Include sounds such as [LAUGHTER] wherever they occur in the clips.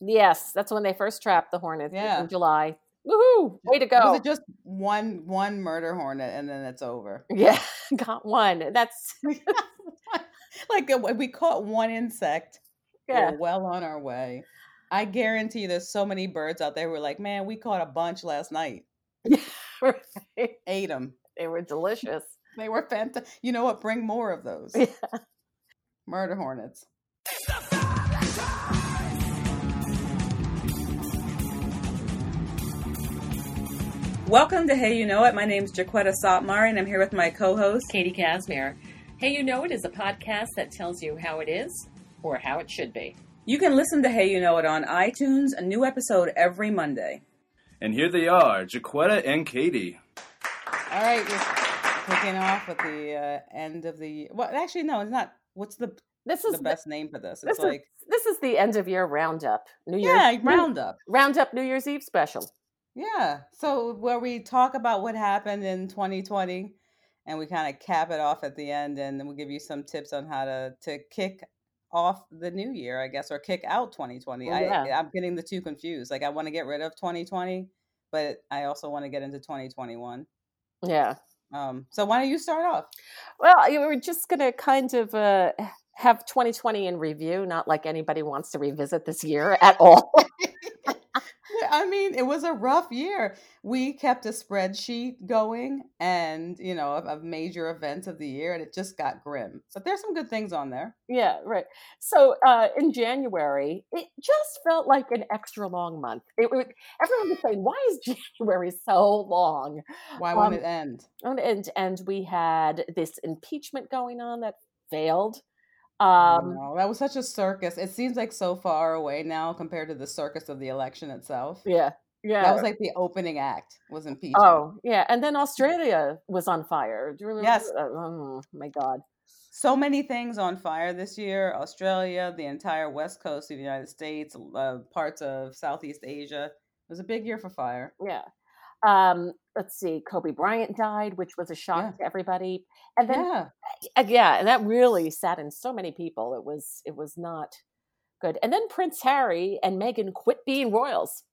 Yes, that's when they first trapped the hornets was Yeah. in July. Woohoo! Way to go! Was it just one one murder hornet and then it's over? [LAUGHS] yeah, got one. That's [LAUGHS] Like if we caught one insect. yeah. We're well on our way. I guarantee you there's so many birds out there who are like, man, we caught a bunch last night. [LAUGHS] right. Ate them. They were delicious. They were fantastic. You know what? Bring [LAUGHS] more of those. Yeah. Murder hornets. Welcome to Hey You Know It. My name's Jaquetta Sotmar, and I'm here with my co-host. Katie Casimir. Hey, you know it is a podcast that tells you how it is or how it should be. You can listen to Hey You Know It on iTunes, a new episode every Monday. And here they are, Jaquetta and Katie. All right, we're kicking off at the uh, end of the. Well, actually, no, it's not. What's the This is the best name for this? this It's is- like this is the end of year roundup. New Year's yeah, roundup. roundup New Year's Eve special. Yeah, so where we talk about what happened in 2020, and we kind of cap it off at the end, and then we'll give you some tips on how to to kick off the new year, I guess, or kick out Oh, 2020. Well, I I'm getting the two confused. Like I want to get rid of 2020, but I also want to get into 2021. Yeah. Um, so why don't you start off? Well, you we're just going to kind of uh, have 2020 in review. Not like anybody wants to revisit this year at all. Yeah, I mean, it was a rough year. We kept a spreadsheet going and, you know, of, of major events of the year, and it just got grim. But there's some good things on there. yeah, right. So uh, in January, it just felt like an extra long month. It, it, everyone was saying, "Why is [LAUGHS] January so long?" Why won't Um, it end? And and, and we had this impeachment going on that failed. I Um, know, that was such a circus. It seems like so far away now compared to the circus of the election itself. yeah, yeah. That was like the opening act was impeachment. Oh yeah, and then Australia was on fire. Do you remember? Yes. that? Oh my God. So many things on fire this year Australia, the entire west coast of the United States, uh, parts of Southeast Asia. It was a big year for fire. Yeah. Um, let's see. Kobe Bryant died, which was a shock to everybody. And then Yeah. uh, yeah, and that really saddened so many people. It was it was not good. And then Prince Harry and Meghan quit being royals.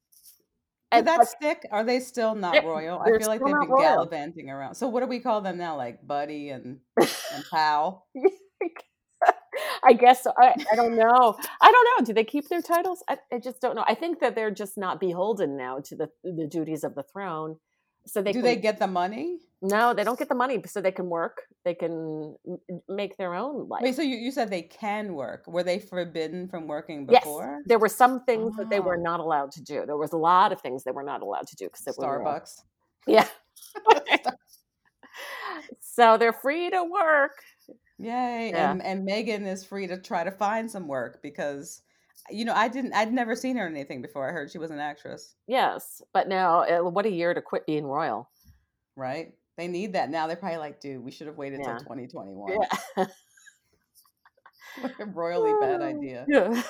Did And that like, stick? Are they still not They're- royal? I they're feel like still they've not been royal. gallivanting around. So what do we call them now? Like Buddy and and [LAUGHS] Pal? I guess so. I, I don't know. I don't know. Do they keep their titles? I, I just don't know. I think that they're just not beholden now to the the duties of the throne. So they do can, they get the money? no, they don't get the money, so they can work. They can m- make their own life. Wait, so you, you said they can work. Were they forbidden from working Yes, before? there were some things that they were Oh. not allowed to do. There was a lot of things they were not allowed to do because they were royal. Starbucks. [LAUGHS] Yeah. So they're free to work. Yay. Yeah. And and Megan is free to try to find some work because you know, I didn't I'd never seen her in anything before. I heard she was an actress, Yes, but now uh, what a year to quit being royal. right? They need that now. They're probably like, dude, we should have waited Yeah. till 2021. [LAUGHS] Yeah. Royally [LAUGHS] bad Oh. idea. Yeah.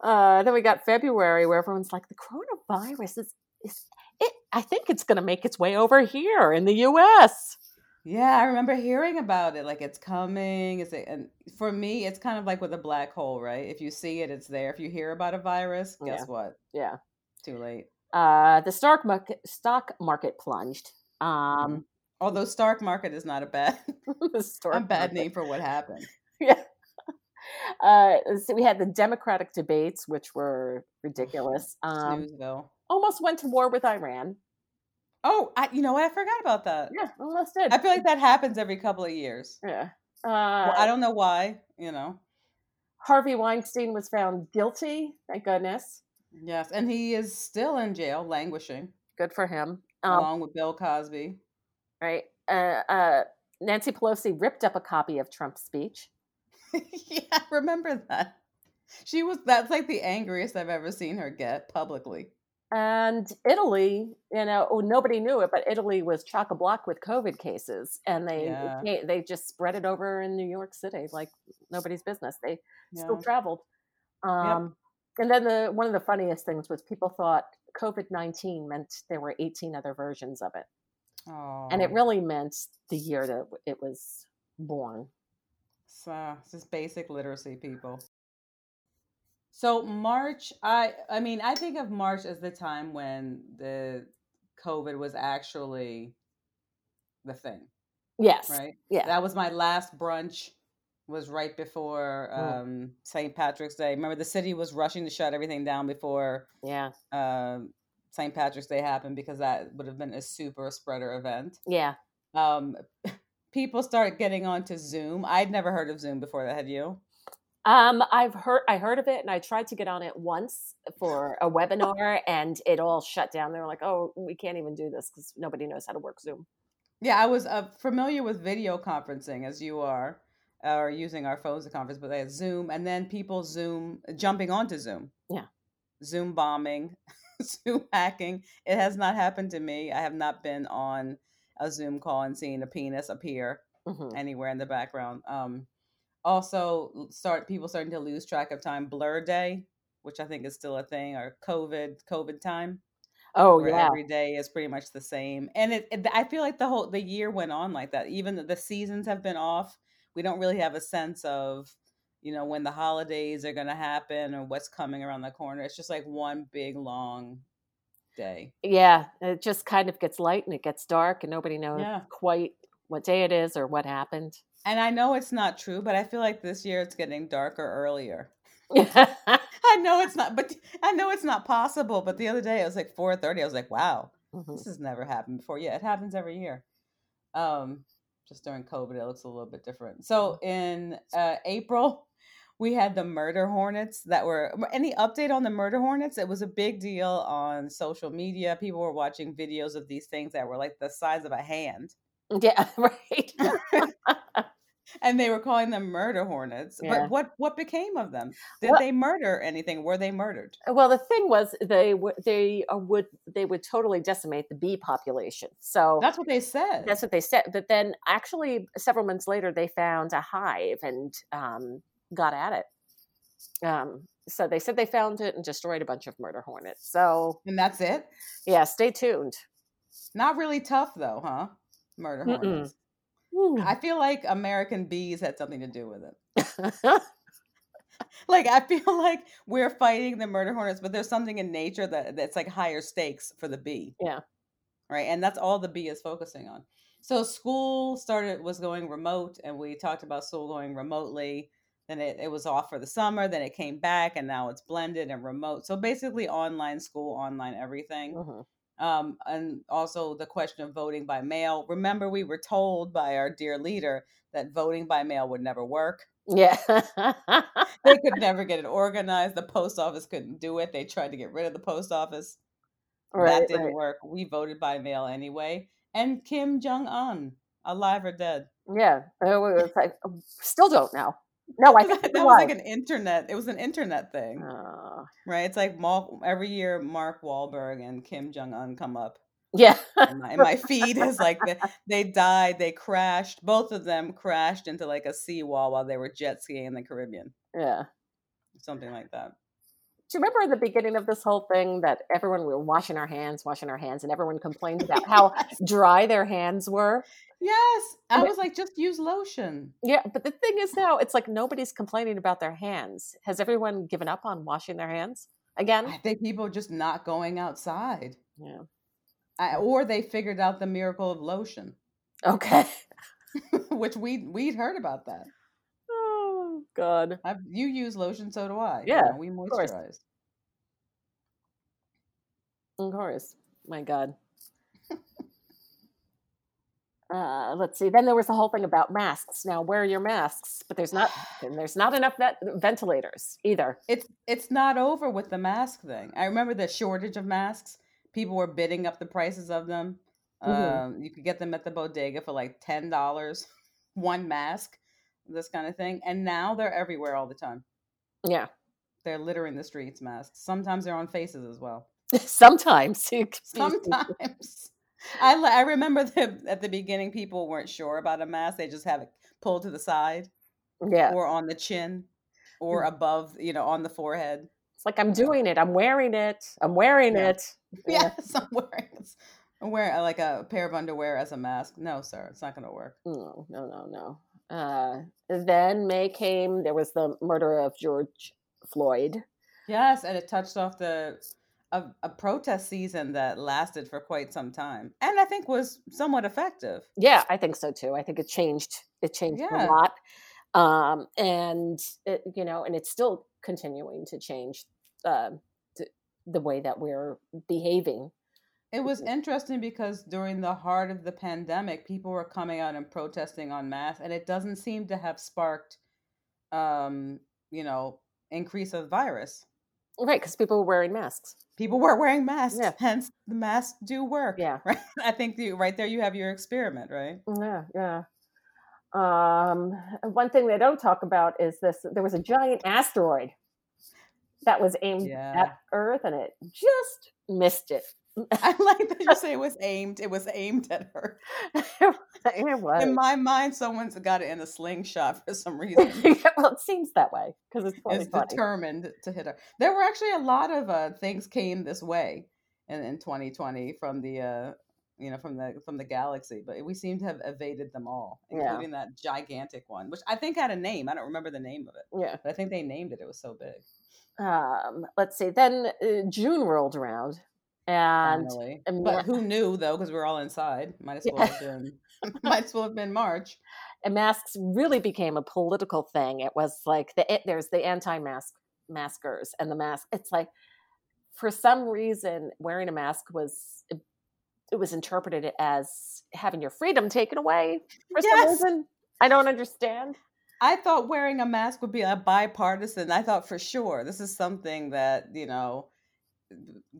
Uh, then we got February where everyone's like, the coronavirus is, is it, I think it's going to make its way over here in the US. Yeah, I remember hearing about it. Like it's coming. Is it? And for me, it's kind of like with a black hole, right? If you see it, it's there. If you hear about a virus, guess Yeah. what? Yeah. Too late. Uh, the stock market, stock market plunged. Um, Mm-hmm. Although stock market is not a bad, [LAUGHS] [LAUGHS] the stock a bad market. name for what happened. Uh, so we had the Democratic debates, which were ridiculous. Um, Snoozeville. almost went to war with Iran. Oh, I, you know what? I forgot about that. Yeah, almost did. I feel like that happens every couple of years. yeah. Uh, Well, I don't know why. You know. Harvey Weinstein was found guilty. Thank goodness. Yes, and he is still in jail, languishing, Good for him. Um, along with Bill Cosby. Right. Uh, uh, Nancy Pelosi ripped up a copy of Trump's speech. [LAUGHS] yeah, I remember that. She was that's like the angriest I've ever seen her get publicly. And Italy, you know, oh, nobody knew it, but Italy was chock a block with COVID cases, and they Yeah. they- they just spread it over in New York City like nobody's business. They still Yeah. traveled. Um, And then the one of the funniest things was people thought COVID nineteen meant there were eighteen other versions of it, and it Aw. really meant the year that it was born. uh, so it's just basic literacy people. So March, I I mean, I think of March as the time when the COVID was actually the thing, Yes. right? Yeah. That was my last brunch was right before Mm. um, St. Patrick's Day. Remember the city was rushing to shut everything down before yeah. um St. Patrick's Day happened because that would have been a super spreader event. Yeah. Um, [LAUGHS] people started getting onto Zoom. I'd never heard of Zoom before. That had you? Um, I've heard I heard of it, and I tried to get on it once for a webinar, and it all shut down. They were like, "Oh, we can't even do this because nobody knows how to work Zoom." Yeah, I was uh, familiar with video conferencing as you are, or using our phones to conference, but they had Zoom, and then people Zoom jumping onto Zoom. Yeah. Zoom bombing, [LAUGHS] Zoom hacking. It has not happened to me. I have not been on a Zoom call and seen a penis appear Mhm. anywhere in the background. Um, also, l- start people starting to lose track of time. Blur Day, which I think is still a thing, or COVID COVID time Oh where yeah, every day is pretty much the same. And it, it- I feel like the whole the year went on like that. Even the, the seasons have been off. We don't really have a sense of, you know, when the holidays are going to happen or what's coming around the corner. It's just like one big long day. yeah. It just kind of gets light and it gets dark, and nobody knows Yeah. quite what day it is or what happened. And I know it's not true, but I feel like this year it's getting darker earlier. Mhm. I know it's not, but I know it's not possible. But the other day it was like four thirty. I was like, wow, this has never happened before. Yeah, it happens every year. Um, just during COVID, it looks a little bit different. So in uh, April, we had the murder hornets that were. m- Any update on the murder hornets? It was a big deal on social media. People were watching videos of these things that were like the size of a hand, Yeah, [LAUGHS] right. and they were calling them murder hornets. Yeah. But what what became of them? Did Well- they murder anything? Were they murdered? Uh, well, the thing was they would they uh, would they would totally decimate the bee population. So That's what they said. That's what they said. But then, actually, several months later, they found a hive and um, got at it. Um, so they said they found it and destroyed a bunch of murder hornets. So and that's it. yeah, stay tuned. Not really tough though, huh? Murder Mm-mm. Mm. hornets. [LAUGHS] I feel like American bees had something to do with it. [LAUGHS] Like I feel like we're fighting the murder hornets, but there's something in nature that that's like higher stakes for the bee. Yeah. Right. And that's all the bee is focusing on. So school started was going remote and we talked about school going remotely. Then it, it was off for the summer, then it came back and now it's blended and remote. So basically online school, online everything. Mhm. um, and also the question of voting by mail. Remember, we were told by our dear leader that voting by mail would never work. [LAUGHS] Yeah. [LAUGHS] They could never get it organized. The post office couldn't do it. They tried to get rid of the post office. right, that didn't right. work. We voted by mail anyway. And Kim Jong Un, alive or dead? [LAUGHS] Yeah. Oh, it was like- still don't know. No, I [LAUGHS] think that it was like was. an internet. It was an internet thing, Uh, right? It's like Mark, every year Mark Wahlberg and Kim Jong Un come up yeah. [LAUGHS] and my, and my feed is like the, they died they crashed both of them crashed into like a seawall while they were jet skiing in the caribbean Yeah. something like that Do you remember in the beginning of this whole thing that everyone we were washing our hands, washing our hands, and everyone complained about how dry their hands were? yes i Wait. was like just use lotion Yeah, but the thing is now, it's like nobody's complaining about their hands. Has everyone given up on washing their hands again? i think people are just not going outside Yeah. I, or they figured out the miracle of lotion [LAUGHS] Okay. [LAUGHS] which we we'd heard about that Oh God. I've, you use lotion so do i you Yeah, know, we course. moisturize Of course. My God. Uh, let's see. Then there was the whole thing about masks. Now, where are your masks? But there's not, and there's not enough vet- ventilators either. it's it's not over with the mask thing. I remember the shortage of masks. People were bidding up the prices of them. Mhm. Um, you could get them at the bodega for like ten dollars, [LAUGHS] one mask, this kind of thing. And now they're everywhere all the time. Yeah. They're littering the streets. Masks. Sometimes they're on faces as well. [LAUGHS] Sometimes. you can see- Sometimes. [LAUGHS] I li- I remember the, at the beginning people weren't sure about a mask. They just have it pulled to the side [LAUGHS] Yeah. or on the chin or above, you know, on the forehead. It's like I'm doing it. I'm wearing it. I'm wearing [LAUGHS] Yeah. it. Yeah. Yes, I'm wearing s- I'm wearing uh, like a pair of underwear as a mask. No, sir, it's not gonna work. No, Mm, no, no, no. Uh, then May came. There was the murder of George Floyd. Yes, and it touched off the a, a protest season that lasted for quite some time, and I think was somewhat effective. Yeah, I think so too. I think it changed. It changed a Yeah. lot, um, and it, you know, and it's still continuing to change uh, th- the way that we're behaving. It was interesting because during the heart of the pandemic, people were coming out and protesting en masse, and it doesn't seem to have sparked, um, you know, increase of virus. Right, because people were wearing masks. People [LAUGHS] were wearing masks, Yeah. hence the masks do work. Yeah. [LAUGHS] right. I think you, right there you have your experiment, right? Yeah, yeah. Um, one thing they don't talk about is this: there was a giant asteroid that was aimed Yeah. at Earth, and it just missed it. [LAUGHS] [LAUGHS] I like that you say it was aimed. It was aimed at her. it was. [LAUGHS] In my mind, someone's got it in a slingshot for some reason. well, it seems that way because it's probably is funny. determined to hit her. There were actually a lot of uh, things came this way in, in 2020 from the uh, you know from the from the galaxy, but we seem to have evaded them all, Yeah. including that gigantic one, which I think had a name. I don't remember the name of it, yeah. but I think they named it. It was so big. Um, let's see. Then uh, June rolled around, and Finally. and but yeah. who knew though? Because we were all inside. Might as well have been. [LAUGHS] might as well have been March. and masks really became a political thing. It was like the it, there's the anti-mask maskers and the mask. It's like for some reason wearing a mask was it, was interpreted as having your freedom taken away for some Yes. reason. I don't understand. I thought wearing a mask would be a bipartisan. I thought for sure this is something that, you know,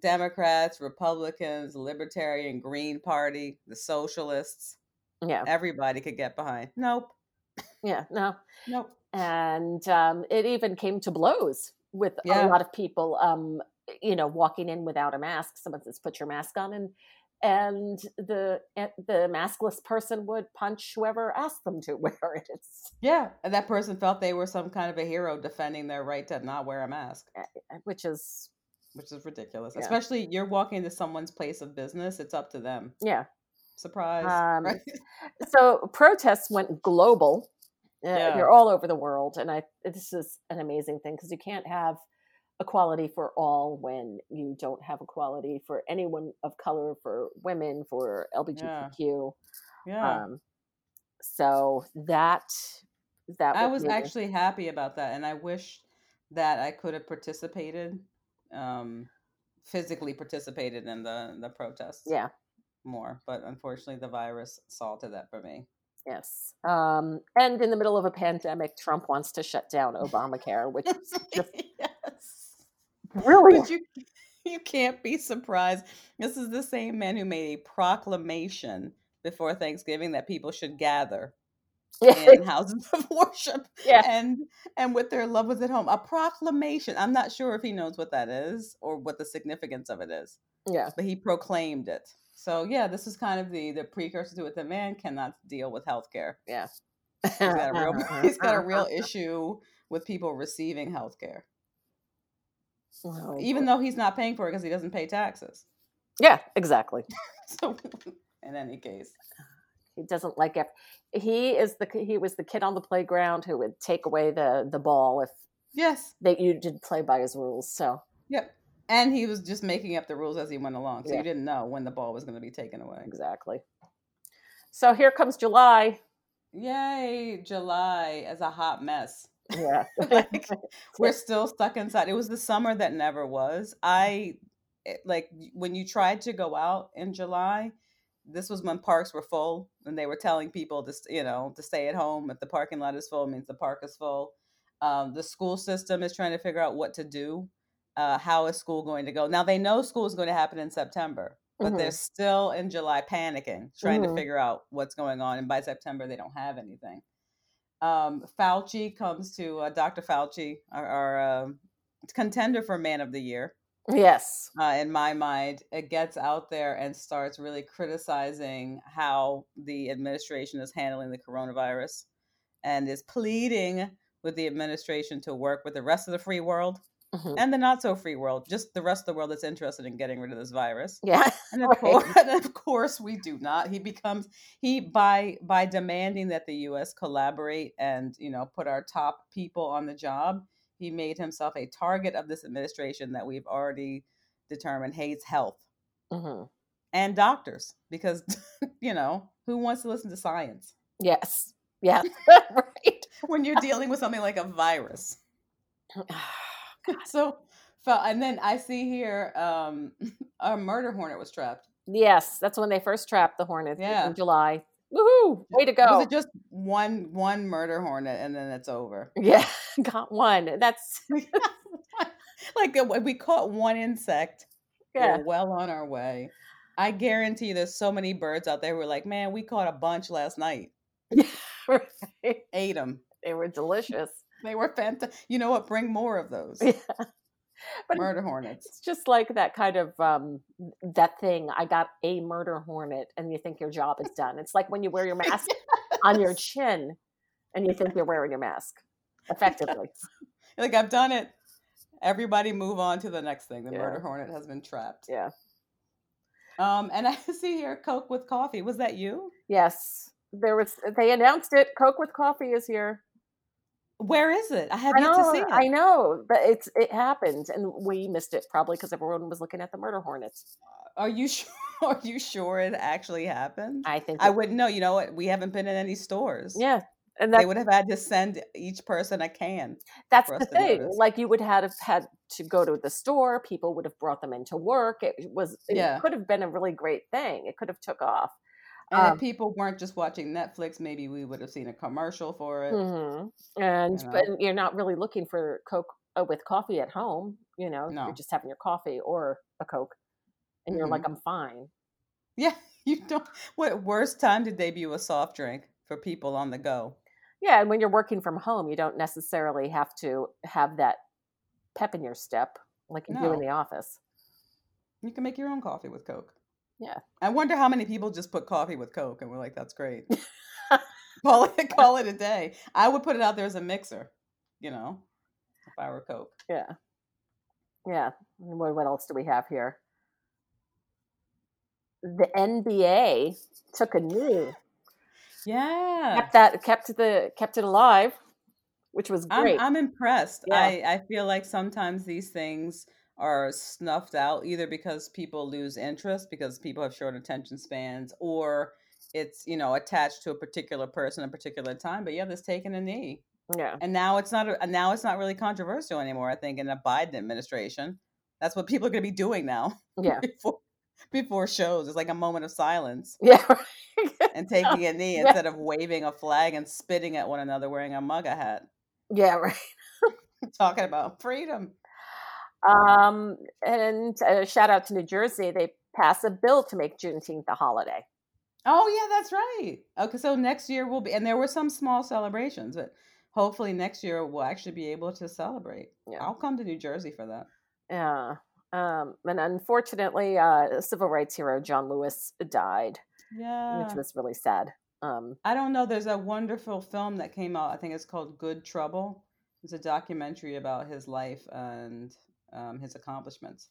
Democrats, Republicans, Libertarian, Green Party, the socialists, Yeah, everybody could get behind. Nope. yeah, no. Nope. and um, it even came to blows with Yeah. a lot of people um, you know walking in without a mask someone says put your mask on and and the and the maskless person would punch whoever asked them to [LAUGHS] wear it it's, Yeah. And that person felt they were some kind of a hero defending their right to not wear a mask, eh, which is which is ridiculous. Yeah. Especially you're walking to someone's place of business, it's up to them. yeah Surprise. Um, right? so protests went global uh, Yeah. they're all over the world and i this is an amazing thing because you can't have equality for all when you don't have equality for anyone of color for women for lgbtq [LAUGHS] Yeah. Um, so that that I was made me- actually happy about that, and I wish that I could have participated, um, physically participated in the the protests yeah more. But unfortunately, the virus salted that for me. yes um, and in the middle of a pandemic, Trump wants to shut down Obamacare, which is just [LAUGHS] [LAUGHS] yes, really [LAUGHS] but you you can't be surprised. This is the same man who made a proclamation before Thanksgiving that people should gather [LAUGHS] yeah, in houses of worship yeah and and with their loved ones at home. A proclamation. I'm not sure if he knows what that is or what the significance of it is. yeah but he proclaimed it. So yeah, this is kind of the the precursor to it. The man cannot deal with healthcare. He's got a real [LAUGHS] [LAUGHS] he's got a real issue with people receiving healthcare, Oh, even boy. though he's not paying for it because he doesn't pay taxes. [LAUGHS] yeah exactly So in any case, he doesn't like it. He is the he was the kid on the playground who would take away the the ball if yes, that you didn't play by his rules. So yep. And he was just making up the rules as he went along, so Yeah. you didn't know when the ball was going to be taken away. exactly. So here comes July. Yay, July as a hot mess. Yeah. [LAUGHS] like we're still stuck inside. It was the summer that never was. I it, like y- when you tried to go out in July. This was when parks were full, and they were telling people to st- you know to stay at home. If the parking lot is full, it means the park is full. Um, the school system is trying to figure out what to do. Uh, how is school going to go? Now they know school is going to happen in September, but they're still in July panicking, trying Mhm. to figure out what's going on. And by September, they don't have anything um, Fauci comes to uh, Dr. Fauci, our, our um contender for Man of the Year, yes. uh, in my mind, it gets out there and starts really criticizing how the administration is handling the coronavirus and is pleading with the administration to work with the rest of the free world Mhm. and the not so free world, just the rest of the world that's interested in getting rid of this virus. Yeah. [LAUGHS] And of, Right. course, [LAUGHS] and of course, we do not. He becomes he by by demanding that the U.S. collaborate and you know put our top people on the job. he made himself a target of this administration that we've already determined hates health hmm and doctors because, [LAUGHS] you know, who wants to listen to science [LAUGHS] Yes. [LAUGHS] Yes. right. when you're dealing with something like a virus? [LAUGHS] so felt and then i see here um [LAUGHS] a murder hornet was trapped Yes, that's when they first trapped the hornets Yeah. in July. Woohoo! Way to go! was it just one one murder hornet and then it's over [LAUGHS] yeah, got one. That's [LAUGHS] like if we caught one insect yeah. we're well on our way i guarantee you there's so many birds out there who are like man we caught a bunch last [LAUGHS] night right. ate them They were delicious. they were fantastic you know what bring more [LAUGHS] of those Yeah. But murder hornets it's just like that kind of um that thing. I got a murder hornet, and you think your job is done. It's like when you wear [LAUGHS] your mask on your chin, and you think you're wearing your [LAUGHS] mask effectively. like i've done it everybody move on to the next thing the Yeah. murder hornet has been trapped Yeah. um and i [LAUGHS] see here coke with coffee was that you Yes, there was. They announced it. Coke with coffee is here. Where is it? I have I yet to know, see it. I know, but it's it happened, and we missed it probably because everyone was looking at the murder hornets. Are you sure? [LAUGHS] Are you sure it actually happened? I, I think it- wouldn't know. You know what? We haven't been in any stores. yeah, and They that, would have had to send each person a can. that's for the us to thing. notice. Like you would have had to go to the store. People would have brought them into work. It was it Yeah. could have been a really great thing. It could have took off. And Um, if people weren't just watching Netflix, maybe we would have seen a commercial for it. Mhm. And You know. but you're not really looking for Coke uh, with coffee at home. You know, No. you're just having your coffee or a Coke, and you're like, I'm Mm-hmm. fine. Yeah, [LAUGHS] you don't. What worse time to debut a soft drink for people on the go? Yeah, and when you're working from home, you don't necessarily have to have that pep in your step like you do in No. the office. You can make your own coffee with Coke. Yeah. I wonder how many people just put coffee with Coke and we're like, that's [LAUGHS] great. call it call it a day. I would put it out there as a mixer, you know, if I were Coke. Yeah. Yeah. And What, what else do we have here? The NBA took a new Yeah. kept that kept the kept it alive, which was I'm great. I'm impressed. Yeah. I, I feel like sometimes these things are snuffed out either because people lose interest because people have short attention spans or it's you know attached to a particular person at a particular time but yeah this taking a knee yeah. [LAUGHS] and now it's not a, now it's not really controversial anymore i think in the biden administration that's what people are going to be doing now Yeah. [LAUGHS] before, before shows it's like a moment of silence Yeah. and taking a knee Yeah. instead of waving a flag and spitting at one another wearing a mugga hat [LAUGHS] [LAUGHS] yeah, right. talking about freedom Um, and a shout out to New Jersey. They pass a bill to make Juneteenth a holiday. oh yeah that's right okay so next year will be and there were some small celebrations but hopefully next year we'll actually be able to celebrate Yeah. i'll come to new jersey for that Yeah. Um, and unfortunately, uh, civil rights hero John Lewis died, yeah which was really sad. Um, I don't know. There's a wonderful film that came out. I think it's called Good Trouble. It's a documentary about his life and um, his accomplishments.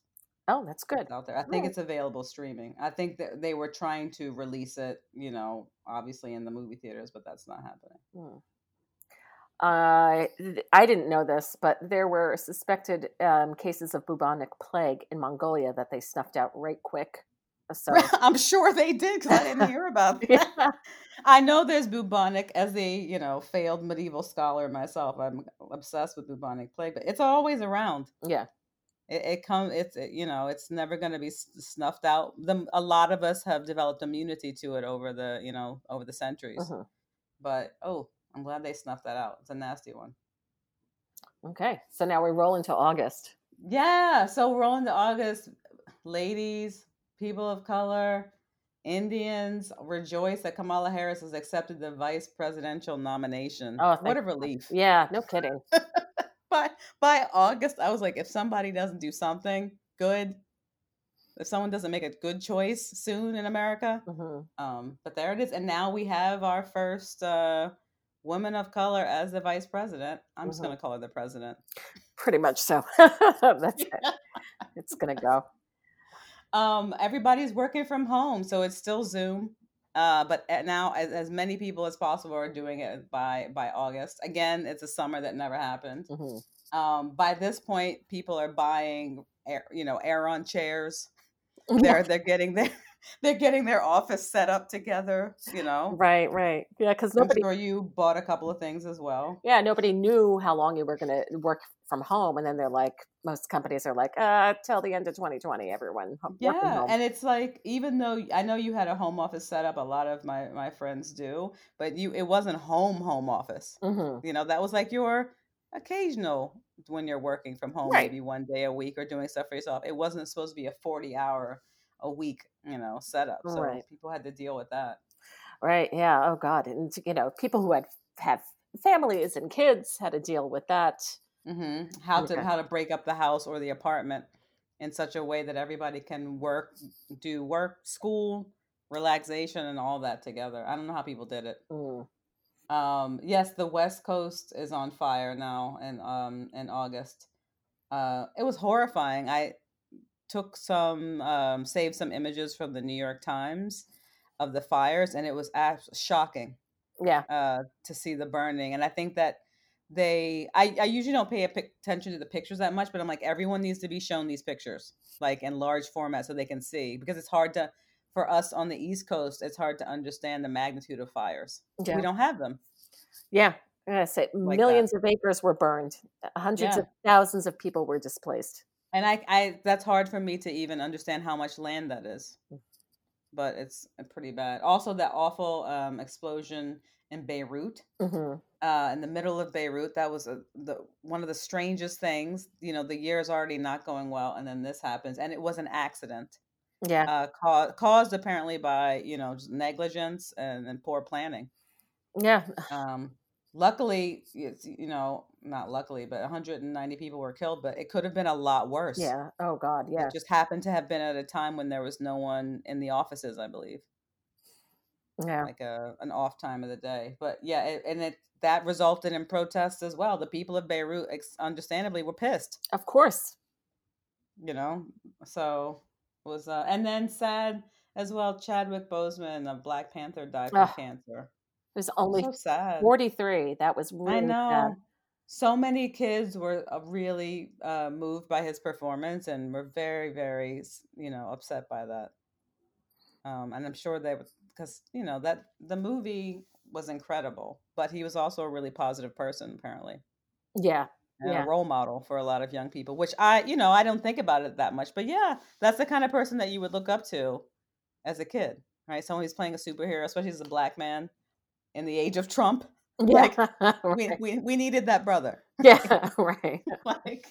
oh, that's good. It's out there. I think Oh. it's available streaming. I think that they were trying to release it, you know, obviously in the movie theaters, but that's not happening. Hmm. Uh, th- I didn't know this, but there were suspected um, cases of bubonic plague in Mongolia that they snuffed out right quick. uh, [LAUGHS] So, I'm sure they did because I didn't hear about that. yeah, I know there's bubonic as a, you know, failed medieval scholar myself. I'm obsessed with bubonic plague, but it's always around. yeah, it, it comes it's it, you know it's never going to be s- snuffed out the, a lot of us have developed immunity to it over the you know over the centuries mhm. but oh i'm glad they snuffed that out it's a nasty one Okay, so now we roll into August. yeah so we're on to august ladies people of color indians rejoice that kamala harris has accepted the vice presidential nomination Oh, what thank a relief Yeah, no kidding. by by August, I was like, if somebody doesn't do something good, if someone doesn't make a good choice soon in America, hmm um, but there it is, and now we have our first uh, woman of color as the vice president. I'm just Mhm. gonna call her the president. Pretty much so. [LAUGHS] That's it. It's gonna go. Um, everybody's working from home, so it's still Zoom. Uh, but at now, as, as many people as possible are doing it by by August. Again, it's a summer that never happened. hmm Um, by this point, people are buying, air, you know, [LAUGHS] Aeron chairs. They're they're getting their [LAUGHS] they're getting their office set up together. You know, Right, right. Yeah, because nobody I'm sure you bought a couple of things as [LAUGHS] well. yeah, nobody knew how long you were going to work from home. And then they're like, most companies are like, uh, till the end of 2020, everyone. ho- work from Yeah, home. and it's like even though I know you had a home office set up, a lot of my my friends do, but you it wasn't home home office. Mhm. You know, that was like your occasional when you're working from home, Right. maybe one day a week or doing stuff for yourself. It wasn't supposed to be a 40 hour a week, you know, setup. So Right. people had to deal with that. Right. Yeah. Oh, God. And, you know, people who had have families and kids had to deal with that. hmm How to Yeah. how to break up the house or the apartment in such a way that everybody can work, do work, school, relaxation, and all that together. I don't know how people did it. Mm. Um, yes, the West Coast is on fire now, and um, in August, uh, it was horrifying. I took some, um, saved some images from the New York Times of the fires, and it was abs- shocking Yeah. uh, to see the burning. And I think that they, I, I usually don't pay a pic- attention to the pictures that much, but I'm like, everyone needs to be shown these pictures, like in large format, so they can see because it's hard to, for us on the East Coast, it's hard to understand the magnitude of fires. Yeah. We don't have them. Yeah. I'm going to say Like that. millions of acres were burned, hundreds Yeah. of thousands of people were displaced. and I, I that's hard for me to even understand how much land that is but it's uh, pretty bad also that awful um, explosion in beirut hmm uh, in the middle of beirut that was a, the, one of the strangest things you know the year is already not going well and then this happens and it was an accident Yeah. uh, ca- caused apparently by you know just negligence and, and poor planning yeah. um, luckily it's you know not luckily but 190 people were killed but it could have been a lot worse Yeah. Oh, God. Yeah. it just happened to have been at a time when there was no one in the offices, I believe, Yeah. like a an off time of the day. But yeah, it, and it that resulted in protests as well. The people of Beirut, ex- understandably, were pissed. Of course. You know, so it was uh, and then sad as well. Chadwick Boseman of Black Panther died from Ugh. cancer. There's only so sad. 43. That was really I sad. know. So many kids were uh, really uh, moved by his performance and were very, very, s- you know, upset by that. Um, and I'm sure they would, because you know that the movie was incredible, but he was also a really positive person apparently, Yeah. [LAUGHS] and Yeah. a role model for a lot of young people. Which I, you know, I don't think about it that much, but yeah, that's the kind of person that you would look up to as a kid, right? Someone who's playing a superhero, especially as a black man in the age of Trump. Yeah. [LAUGHS] We, right. we, we needed that brother. yeah. [LAUGHS] Right. [LAUGHS] like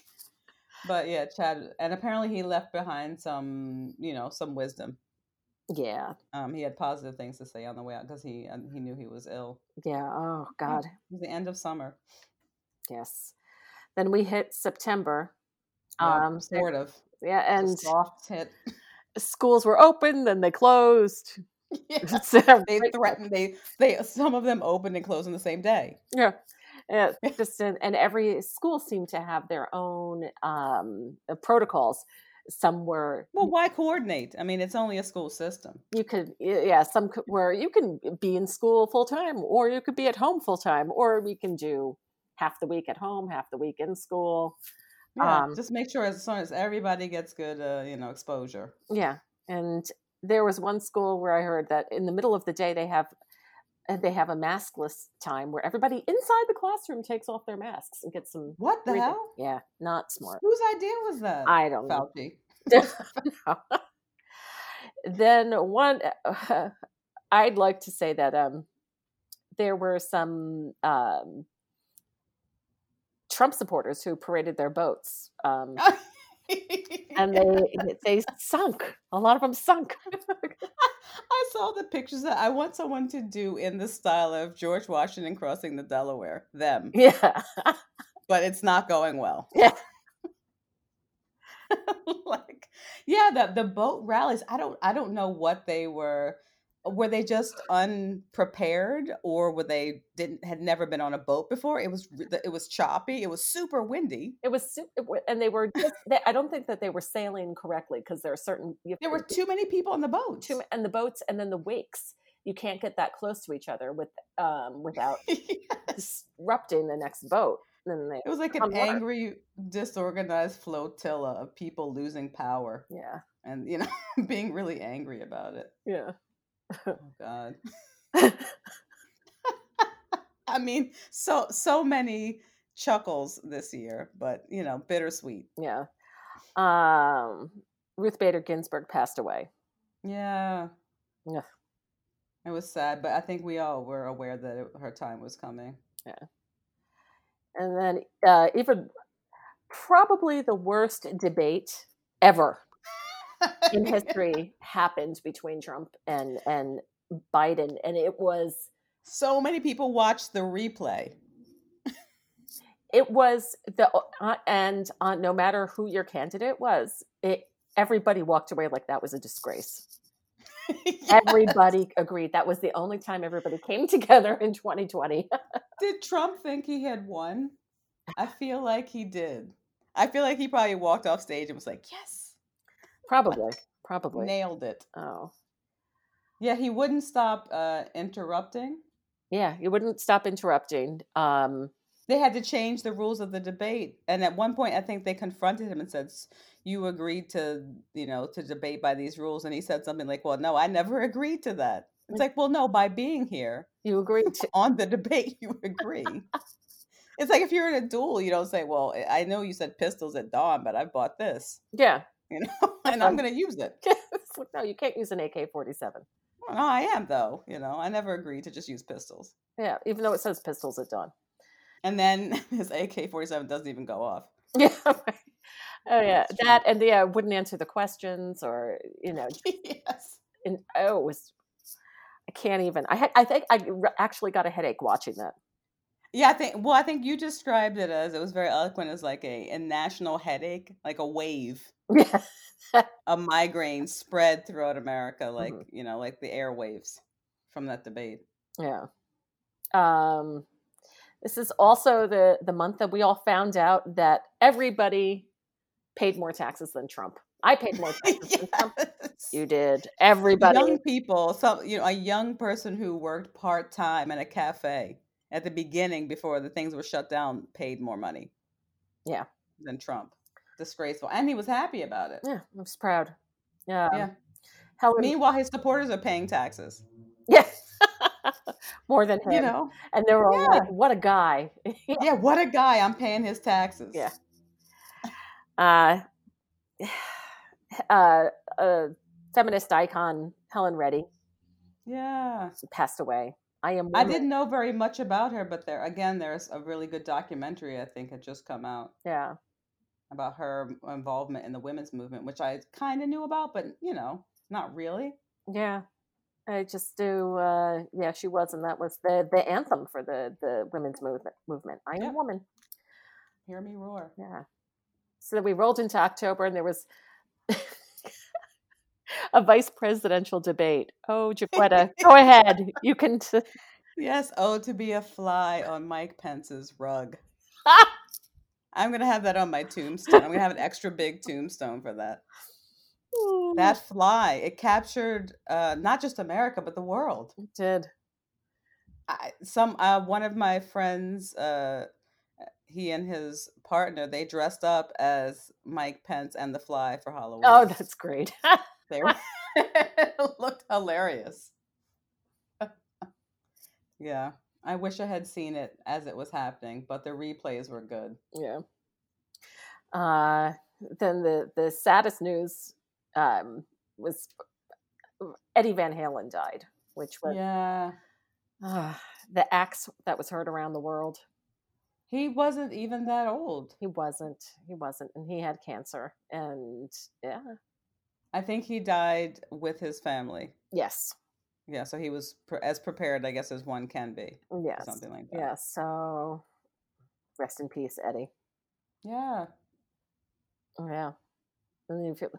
but yeah chad and apparently he left behind some you know some wisdom Yeah. um he had positive things to say on the way out because he uh, he knew he was ill Yeah. Oh, God. it was the end of summer Yes. Then we hit September. yeah, Um, there- sort of It's a yeah. And [LAUGHS] soft hit [LAUGHS] schools were open, then they closed. [LAUGHS] uh, yeah. So, they right, threatened they they some of them opened and closed on the same day Yeah. [LAUGHS] Yeah, just in, and every school seemed to have their own um, uh, protocols. Some were well why coordinate i mean it's only a school system you could y- yeah some could, where you can be in school full time or you could be at home full time or we can do half the week at home half the week in school yeah Um, just make sure as soon as everybody gets good uh, you know exposure yeah and there was one school where i heard that in the middle of the day they have uh, they have a maskless time where everybody inside the classroom takes off their masks and gets some what the breathing. hell yeah not smart whose idea was that i don't know fauci then one uh, [LAUGHS] i'd like to say that um there were some um trump supporters who paraded their boats um Oh, and they they sunk a lot of them sunk [LAUGHS] I saw the pictures that I want someone to do in the style of George Washington crossing the Delaware, them, yeah but it's not going well. [LAUGHS] Yeah. [LAUGHS] like, yeah, the the boat rallies. I don't I don't know what they were. Were they just unprepared, or were they didn't had never been on a boat before? It was re- it was choppy. It was super windy. it was su- it wa- and they were just they, i don't think that they were sailing correctly because there are certain you There were too many people on the boat. [LAUGHS] too ma- and the boats and then the wakes you can't get that close to each other with um without disrupting the next boat and they It was like on an board. angry, disorganized flotilla of people losing power yeah and you know [LAUGHS] being really angry about it. yeah Oh God. [LAUGHS] I mean, so so many chuckles this year, but you know, bittersweet. [LAUGHS] yeah um ruth bader ginsburg passed away Yeah. Yeah. It was sad, but I think we all were aware that it, her time was coming. and then uh even probably the worst debate ever in [LAUGHS] history happened between trump and and biden and it was so many people watched the replay. it was the uh, and uh, no matter who your candidate was it everybody walked away like that was a disgrace Yeah. everybody agreed that was the only time everybody came [LAUGHS] together in 2020 [LAUGHS] Did Trump think he had won? I feel like he did. I feel like he probably walked off stage and was like, "Yes, probably probably nailed it." oh Yeah, he wouldn't stop uh, interrupting. yeah you wouldn't stop interrupting um They had to change the rules of the debate, and at one point, I think they confronted him and said, "S- "You agreed to, you know, to debate by these rules," and he said something like, "Well, no, I never [LAUGHS] agreed to that." It's like, "Well, no, by being here you agreed [LAUGHS] to on the debate, you agree." it's like if you're in a duel, you don't say, "Well, I- I know you said pistols at dawn, but I bought this, yeah [LAUGHS] you know, [LAUGHS] and I'm going to use it." It's like, no you can't use an ak-47 Well, no, I am though. You know, I never agreed to just use pistols. yeah even though it says pistols at dawn [LAUGHS] And then [LAUGHS] his AK forty seven doesn't even go off. [LAUGHS] yeah right. oh yeah That's true. that and yeah wouldn't answer the questions or you know yes. and oh, it was. I can't even. I had. I think I r- actually got a headache watching that. Yeah, I think. Well, I think you described it as it was very eloquent as like a, a national headache, like a wave, Yeah, a migraine spread throughout America, Mm-hmm. like you know, like the airwaves from that debate. [LAUGHS] [LAUGHS] yeah. Um, this is also the the month that we all found out that everybody paid more taxes than Trump. I paid [LAUGHS] more taxes than Trump. Yes. You did. Everybody. Young people, some you know, a young person who worked part time at a cafe at the beginning before the things were shut down paid more money. Yeah. Than Trump. Disgraceful. And he was happy about it. Yeah, I was proud. Yeah. Yeah. Helen. [LAUGHS] Meanwhile, his supporters are paying taxes. yes. [LAUGHS] more than him. You know? and they were all Yeah. like, "What a guy." Yeah, what a guy. I'm paying his taxes. Yeah. uh, [SIGHS] uh, uh, feminist icon Helen Reddy Yeah. passed away. I am. I Woman. didn't know very much about her, but there again, there's a really good documentary I think had just come out Yeah, about her involvement in the women's movement, which I kind of knew about, but you know, not really. yeah. I just do. Uh, yeah, she was, and that was the the anthem for the the women's movement. Movement. I am Yeah. woman. Hear me roar. Yeah. So then we rolled into October, and there was [LAUGHS] a vice presidential debate. Oh, [LAUGHS] Jaquetta, go ahead. You can. T- Yes, oh, to be a fly on Mike Pence's rug. I'm gonna have that on my tombstone. I'm gonna have an extra big tombstone for that. That fly, it captured uh, not just America but the world. It did. I, some uh, one of my friends, uh, he and his partner, they dressed up as Mike Pence and the Fly for Halloween. Oh, that's great. they were, [LAUGHS] it [LAUGHS] looked hilarious. [LAUGHS] yeah, I wish I had seen it as it was happening, but the replays were good. Yeah. Uh, then the the saddest news um, was uh, Eddie Van Halen died, which was Yeah, ah, the axe that was heard around the world. he wasn't even that old. He wasn't. He wasn't, and he had cancer. And yeah, I think he died with his family. yes, Yeah, so he was pre- as prepared, I guess, as one can be, or yes, something like that. yeah. So rest in peace, Eddie. yeah. Yeah. And then you feel-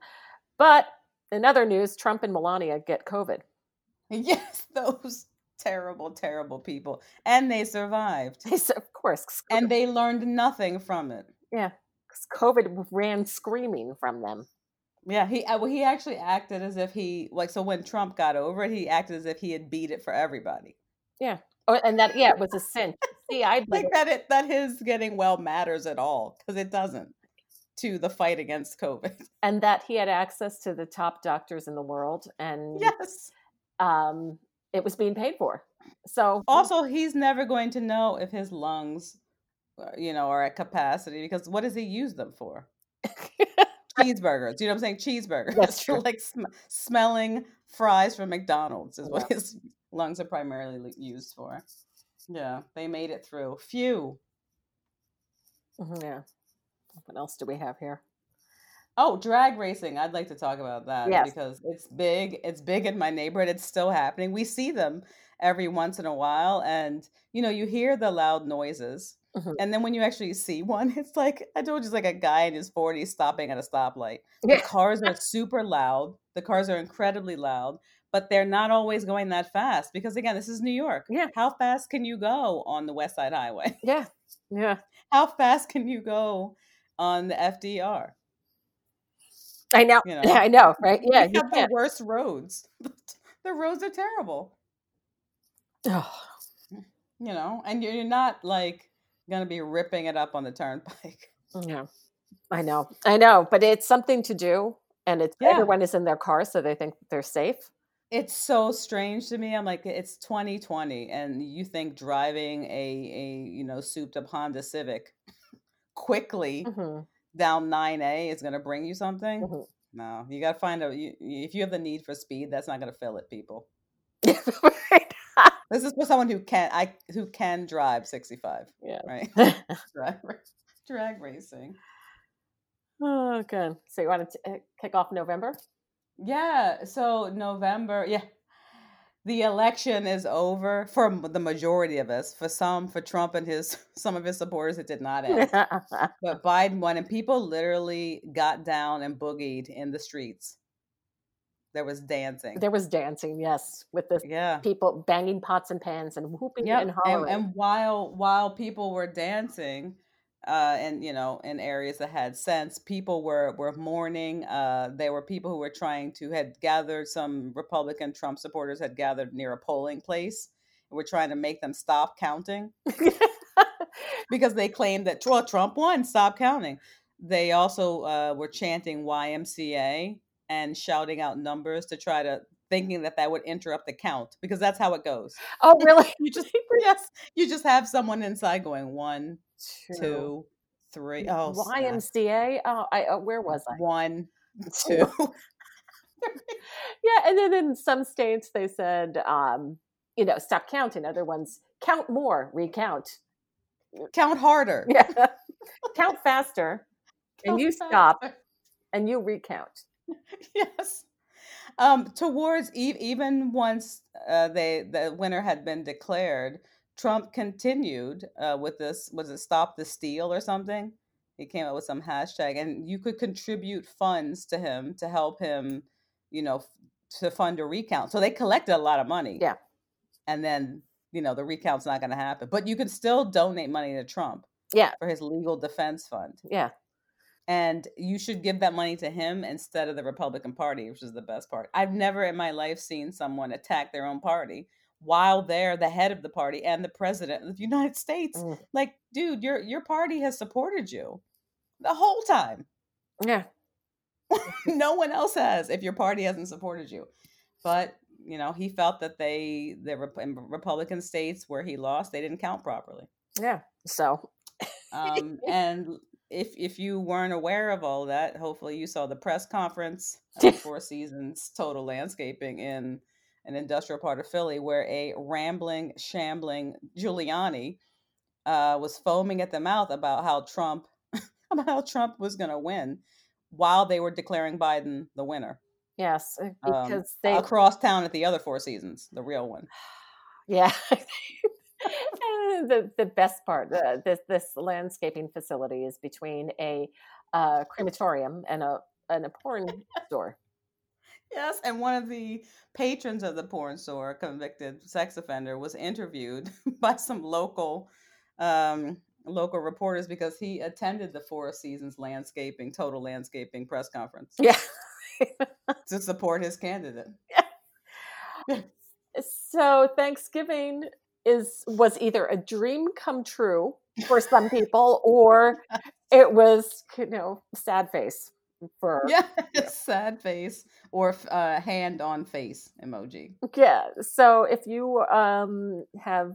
But in other news, Trump and Melania get COVID. [LAUGHS] [LAUGHS] Yes, those terrible, terrible people. And they survived. So, of course, 'cause [LAUGHS] And they learned nothing from it. because COVID ran screaming from them. Yeah, he uh, well, he actually acted as if he like so when Trump got over it, he acted as if he had beat it for everybody. [LAUGHS] Oh, and that yeah, it was a sin. See, I'd think like that it that his getting well matters at all because it doesn't to the fight against COVID. [LAUGHS] and that he had access to the top doctors in the world, and yes. um, it was being paid for. So Also, he's never going to know if his lungs, uh, you know, are at capacity because what does he use them [LAUGHS] for? Cheeseburgers. You know what I'm saying? Cheeseburgers. [LAUGHS] That's true. like sm- smelling fries from McDonald's is what his lungs are primarily l- used for. Yeah, they made it through. Phew. mm-hmm, yeah, what else do we have here? Oh, drag racing. I'd like to talk about that Yes. because it's big. It's big in my neighborhood. It's still happening. We see them every once in a while and you know, you hear the loud noises. Mhm. And then when you actually see [LAUGHS] one, it's like I told you it's like a guy in his 40s stopping at a stoplight. The Yeah. cars are super loud. The cars are incredibly loud, but they're not always going that fast because again, this is New York. Yeah. How fast can you go on the West Side Highway? [LAUGHS] Yeah, yeah, How fast can you go on the FDR? I know, You know. yeah, [LAUGHS] I know, right? Yeah, we you have the can't. worst roads. [LAUGHS] the roads are terrible, Ugh. you know, and you're you're not like gonna be ripping it up on the turnpike. [LAUGHS] Yeah, I know, I know, but it's something to do, and it's Yeah. everyone is in their car, so they think they're safe. It's so strange to me. I'm like, it's 2020, and you think driving a a you know souped up Honda Civic [LAUGHS] quickly Mhm. down 9A is gonna bring you something? Mhm. No, you gotta find out. You, you- if you have the need for speed, that's not gonna fill it, people. Mm-hmm. [LAUGHS] Right. This is for someone who can I who can drive 65. Yeah. [LAUGHS] right. [LAUGHS] drag, ra- drag racing. oh, good. So you want to uh, kick off November? Yeah. So November, yeah. The election is over for m- the majority of us. For some, for Trump and his [LAUGHS] some of his supporters, it did [LAUGHS] not end. but Biden won, and people literally got down and boogied in the streets. There was dancing. there was dancing, yes, with the yeah. people banging pots and pans and whooping Yep. and and, hollering. and while while people were dancing uh and you know in areas that had sense people were were mourning uh there were people who were trying to had gathered some republican trump supporters had gathered near a polling place and were trying to make them stop counting because they claimed that well, trump won stop counting they also uh, were chanting ymca and shouting out numbers to try to thinking that that would interrupt the count because that's how it goes [LAUGHS] oh, really? you just [LAUGHS] yes, you just have someone inside going one, two, three. Oh, snap. YMCA. Oh, I uh, where was I? [LAUGHS] one, two. Yeah, and then in some states they said, um, you know, stop counting. Other ones count more, recount. [LAUGHS] Count harder. Yeah, count faster, Count and you stop faster. and you recount. [LAUGHS] Yes. Um, towards Eve, even once uh, they the winner had been declared, Trump continued uh, with this. Was it stop the steal or something? He came up with some hashtag, and you could contribute funds to him to help him, you know, f- to fund a recount. So they collected a lot of money. Yeah. and then you know the recount's not going to happen, but you could still donate money to Trump. Yeah. for his legal defense fund Yeah, and you should give that money to him instead of the Republican Party, which is the best part. I've never in my life seen someone attack their own party while they're the head of the party and the president of the United States. Mm. Like, dude, your your party has supported you the whole time. yeah. [LAUGHS] no one else has if your party hasn't supported you. But you know, he felt that they the Rep- in Republican states where he lost, they didn't count properly So um, and if if you weren't aware of all that, hopefully you saw the press conference at the Four Seasons Total Landscaping in an industrial part of Philly, where a rambling, shambling Giuliani uh, was foaming at the mouth about how Trump [LAUGHS] about how Trump was going to win, while they were declaring Biden the winner yes, uh, Um, because they across town at the other Four Seasons, the real one. Yeah. And the the best part, uh, this this landscaping facility is between a uh, crematorium and a and a porn store. Yes, and one of the patrons of the porn store, convicted sex offender, was interviewed [LAUGHS] by some local um, local reporters because he attended the Four Seasons Landscaping Total Landscaping press conference [LAUGHS] Yeah. to support his candidate. So Thanksgiving is was either a dream come true for some people or it was you know sad face for yeah, Yeah, [LAUGHS] sad face or f- uh, hand on face emoji. Mm. so if you um have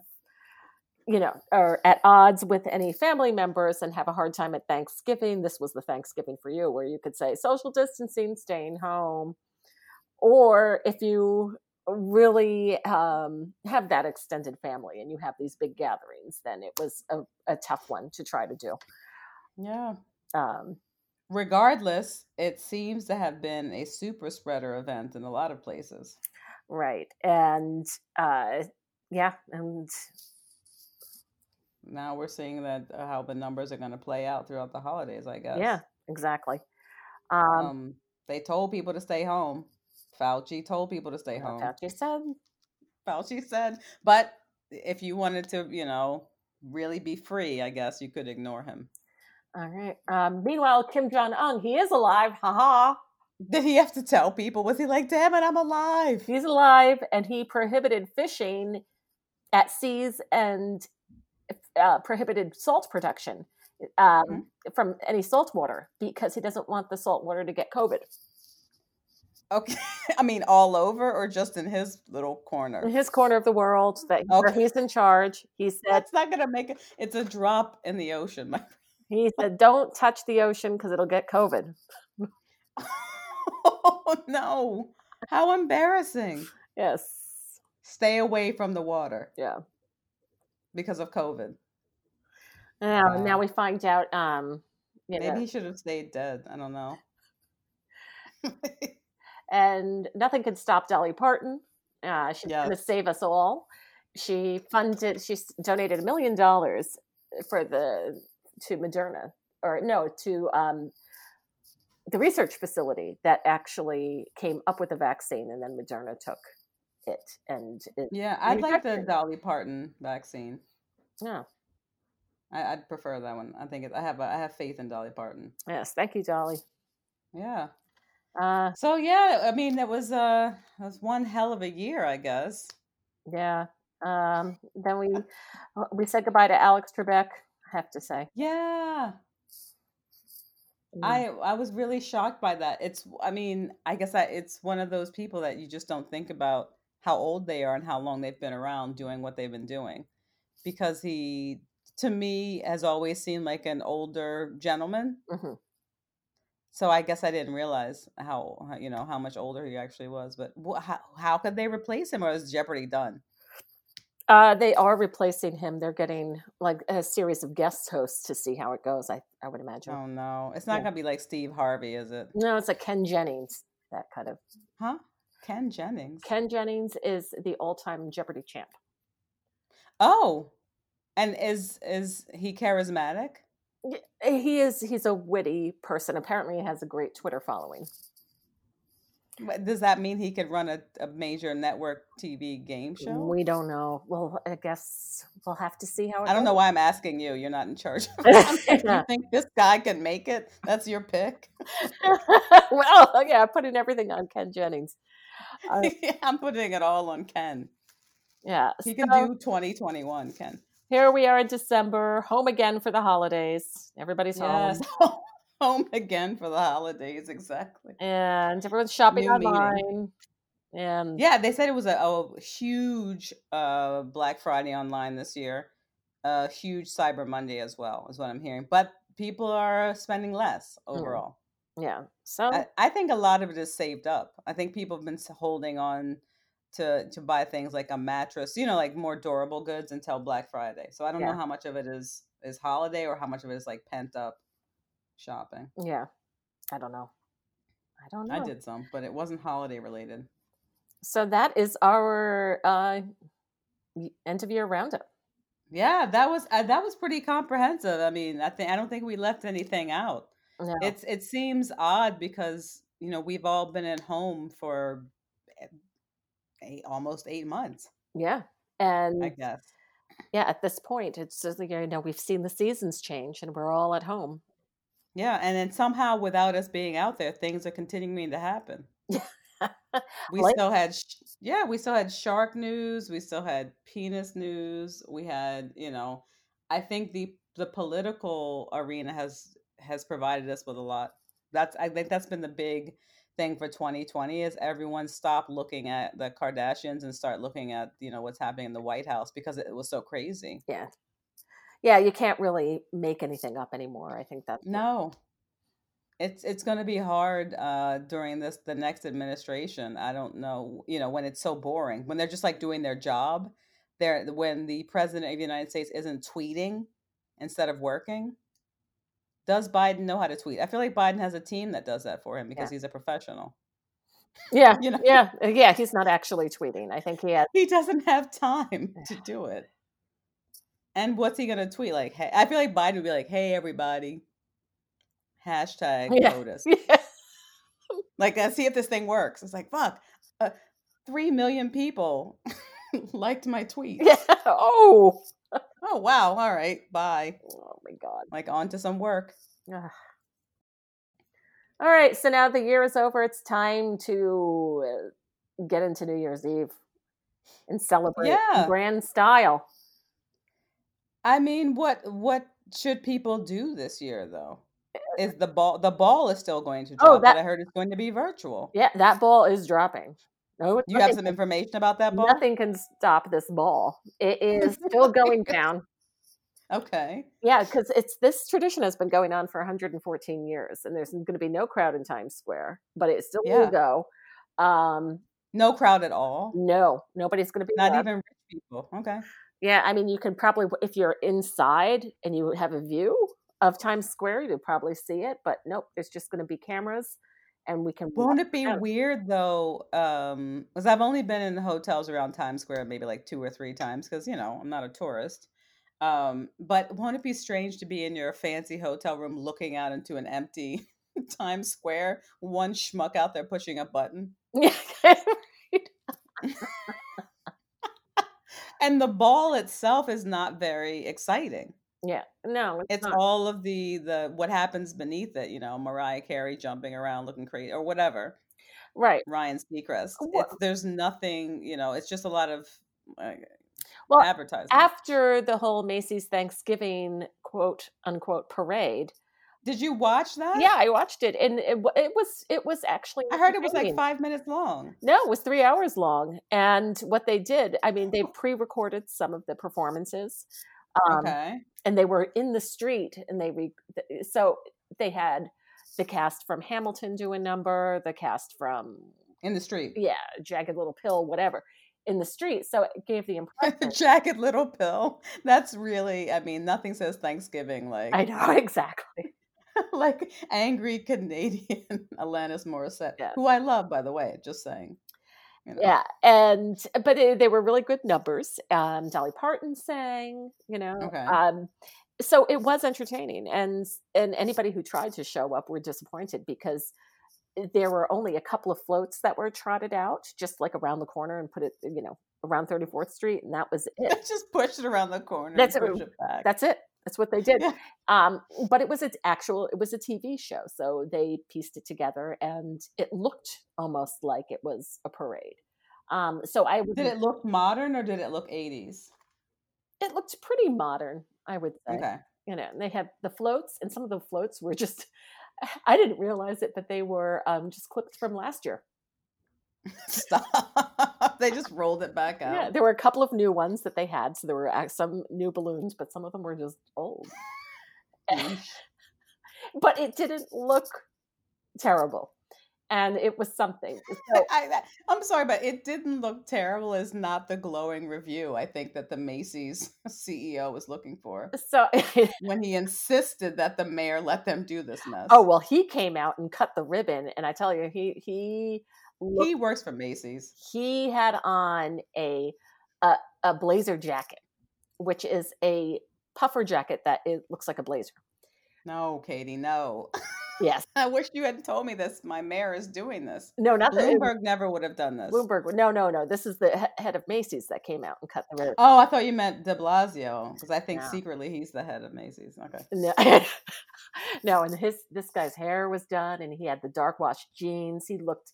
you know are at odds with any family members and have a hard time at thanksgiving this was the thanksgiving for you where you could say social distancing staying home or if you really um, have that extended family and you have these big gatherings then it was a, a tough one to try to do Yeah. um, Regardless, it seems to have been a super spreader event in a lot of places. Right. And uh yeah, and Now we're seeing that uh, how the numbers are going to play out throughout the holidays. I guess. yeah, exactly. Um, Um, they told people to stay home. Fauci told people to stay home. Fauci said Fauci said, but if you wanted to, you know, really be free, I guess you could ignore him. all right. Um, meanwhile, Kim Jong Un, he is alive. Haha. Did he have to tell people? Was he like, damn it, I'm alive? He's alive and he prohibited fishing at seas and uh, prohibited salt production um, Mhm. from any salt water because he doesn't want the salt water to get COVID Okay. [LAUGHS] I mean, all over or just in his little in corner? his corner of the world that where Okay. he's in charge. He said That's not going to make it. It's a drop in the ocean. my [LAUGHS] friend. he said don't touch the ocean because it'll get COVID. oh, no. How embarrassing. Yes. Stay away from the water Yeah. because of COVID. Now, now Wow. we find out. Um, you Maybe know, he should have stayed dead. I don't know. [LAUGHS] and nothing can stop Dolly Parton. Uh, she's going to Yes. save us all. She funded. She s- donated a million dollars for the to Moderna, or no, to um, the research facility that actually came up with the vaccine, and then Moderna took it. And it, yeah, I'd like the Manufacturing. Dolly Parton vaccine. yeah, I, I'd prefer that one. I think it, I have a, I have faith in Dolly Parton. yes, thank you, Dolly. Yeah. Uh, So yeah, I mean that was uh that was one hell of a year, I guess. yeah. Um, then we we said goodbye to Alex Trebek. I have to say, Yeah. Mm. I I was really shocked by that. It's I mean, I guess I, it's one of those people that you just don't think about how old they are and how long they've been around doing what they've been doing. Because he to me has always seemed like an older gentleman. Mhm. So I guess I didn't realize how how- you know how much older he actually was, but wh- how how could they replace him or is Jeopardy done? Uh, they are replacing him. They're getting like a series of guest hosts to see how it goes. I I would imagine. Oh no, it's not Yeah. gonna be like Steve Harvey, is it? No, it's like Ken Jennings. That kind of Huh? Ken Jennings. Ken Jennings is the all-time Jeopardy champ. Oh, and is is he charismatic? Y- eh, He is. He's a witty person. Apparently, he has a great Twitter following. But Does that mean he could run a, a major network TV game show? We don't know. Well, I guess we'll have to see how. It I don't know goes. why I'm asking you. You're not in charge. [LAUGHS] of it. I'm like, [LAUGHS] you think this guy can make it? That's your pick. [LAUGHS] well, yeah, putting everything on Ken Jennings. [LAUGHS] Uh, I'm putting it all on Ken. Yeah, He can so- do 2021, Ken. Here we are in December, home again for the holidays. Everybody's Yes. home. [LAUGHS] Home again for the holidays, exactly. And everyone's shopping New meeting. online. And Yeah, they said it was a, a huge uh, Black Friday online this year, a huge Cyber Monday as well, is what I'm hearing. But people are spending less Mm. overall. yeah. So I, I think a lot of it is saved up. I think people have been s- holding on to to buy things like a mattress, you know, like more durable goods until Black Friday. So I don't Yeah. know how much of it is is holiday or how much of it is like pent up shopping. yeah. I don't know. I don't know. I did some, but it wasn't holiday related. So that is our uh y- end of year roundup. Yeah, that was uh, that was pretty comprehensive. I mean, I think I don't think we left anything out. No. It's it seems odd because you know we've all been at home for eh, eight, almost eight months, yeah. And I guess. yeah, at this point, it's just like, you know, we've seen the seasons change and we're all at home. Yeah, and then somehow without us being out there, things are continuing to happen. We Like- still had, sh- yeah, we still had shark news. We still had penis news. We had, you know, I think the the political arena has has provided us with a lot. That's I think that's been the big thing for 2020 is everyone stop looking at the Kardashians and start looking at you know what's happening in the White House because it was so crazy. yeah, you can't really make anything up anymore. I think that's No. It's it's going to be hard uh, during this the next administration. I don't know, you know, when it's so boring, when they're just like doing their job, they're when the president of the United States isn't tweeting instead of working. Does Biden know how to tweet? I feel like Biden has a team that does that for him because he's a professional. [LAUGHS] [LAUGHS] yeah, You know, yeah, yeah. He's not actually tweeting. I think he [LAUGHS] has. [LAUGHS] he doesn't have time to do it. And what's he gonna tweet? Like, hey, I feel like Biden would be like, "Hey, everybody, hashtag Yeah. POTUS." Yeah. Like, let's see if this thing works. It's like, fuck, uh, three million people [LAUGHS] liked my tweet. yeah. Oh. Oh, wow. All right. Bye. Oh my god. Like, on to some work. Ugh. All right, so now the year is over. It's time to uh, get into New Year's Eve and celebrate in Yeah. grand style. I mean, what what should people do this year though? Is the ball the ball is still going to drop? Oh, but that- I heard it's going to be virtual. Yeah, that ball is dropping. No, You have nothing- some information about that ball? nothing can stop this ball. It [LAUGHS] is still going down. Okay. Yeah, because it's this tradition has been going on for 114 years, and there's going to be no crowd in Times Square, but it still Yeah. will go. Um, No crowd at all. no, nobody's going to be Not allowed even rich people. Okay. Yeah, I mean, you can probably if you're inside and you have a view of Times Square, you'll probably see it. But nope, there's just going to be cameras, and we can. [LAUGHS] Won't it be out. weird though? Um, because I've only been in hotels around Times Square maybe like two or three times because you know I'm not a tourist. Um, but won't it be strange to be in your fancy hotel room looking out into an empty [LAUGHS] Times Square, one schmuck out there pushing a button, and the ball itself is not very exciting. yeah, no, it's, It's not. all of the the what happens beneath it, you know, Mariah Carey jumping around looking crazy or whatever. [LAUGHS] right. Ryan Seacrest. Uh, Wha- It's, there's nothing, you know, it's just a lot of uh, Well, advertising. After the whole Macy's Thanksgiving quote unquote parade, Did you watch that? yeah, I watched it, and it, wa- it was it was actually. I heard it was like entertaining. five minutes long. No, it was three hours long, and what they did, I mean, Oh. they pre-recorded some of the performances. Um, okay. and they were in the street and they re- th- so they had the cast from Hamilton do a number, the cast from In the street. yeah, Jagged Little Pill, whatever, in the street. So it gave the [LAUGHS] impression. Jacket Little Pill. That's really, I mean, nothing says Thanksgiving like I know [LAUGHS] exactly. [LAUGHS] like angry Canadian [LAUGHS] Alanis Morissette, Yeah. who I love, by the way, just saying. You know. Yeah, and but it, they were really good numbers. Um, Dolly Parton sang, you know. Okay. Um, so it was entertaining, and and anybody who tried to show up were disappointed because eh, there were only a couple of floats that were trotted out, just like around the corner and put it, you know, around Thirty Fourth Street, and that was it. [LAUGHS] just push it around the corner. That's and what- push it back. That's it. That's what they did. Yeah. Um, but it was its actual. It was a TV show, so they pieced it together, and it looked almost like it was a parade. Um, so I would Did it look modern or did it look 80s? it looked pretty modern, I would say. Okay. [LAUGHS] You know, and they had the floats, and some of the floats were just, [LAUGHS] I didn't realize it, but they were um, just clips from last year. Stop. they just rolled it back out. Yeah, there were a couple of new ones that they had. So there were ac- some new balloons, but some of them were just old. [LAUGHS] but it didn't look terrible. And it was something. So, [LAUGHS] I, I- I'm sorry, but it didn't look terrible. Is not the glowing review I think that the Macy's [LAUGHS] CEO was looking for so [LAUGHS] when he insisted that the mayor let them do this mess. oh, well, he came out and cut the ribbon. And I tell you, he, he, looked, he works for Macy's. he had on a, a a blazer jacket, which is a puffer jacket that it looks like a blazer. No, Katie, no. [LAUGHS] Yes, I wish you hadn't told me this. My mayor is doing this. no, not the Bloomberg never would have done this. Bloomberg. No, no, no. This is the he- head of Macy's that came out and cut the ribbon. Oh, I thought you meant De Blasio because I think No. secretly he's the head of Macy's. Okay. No, [LAUGHS] no, and his this guy's hair was done, and he had the dark wash jeans. He looked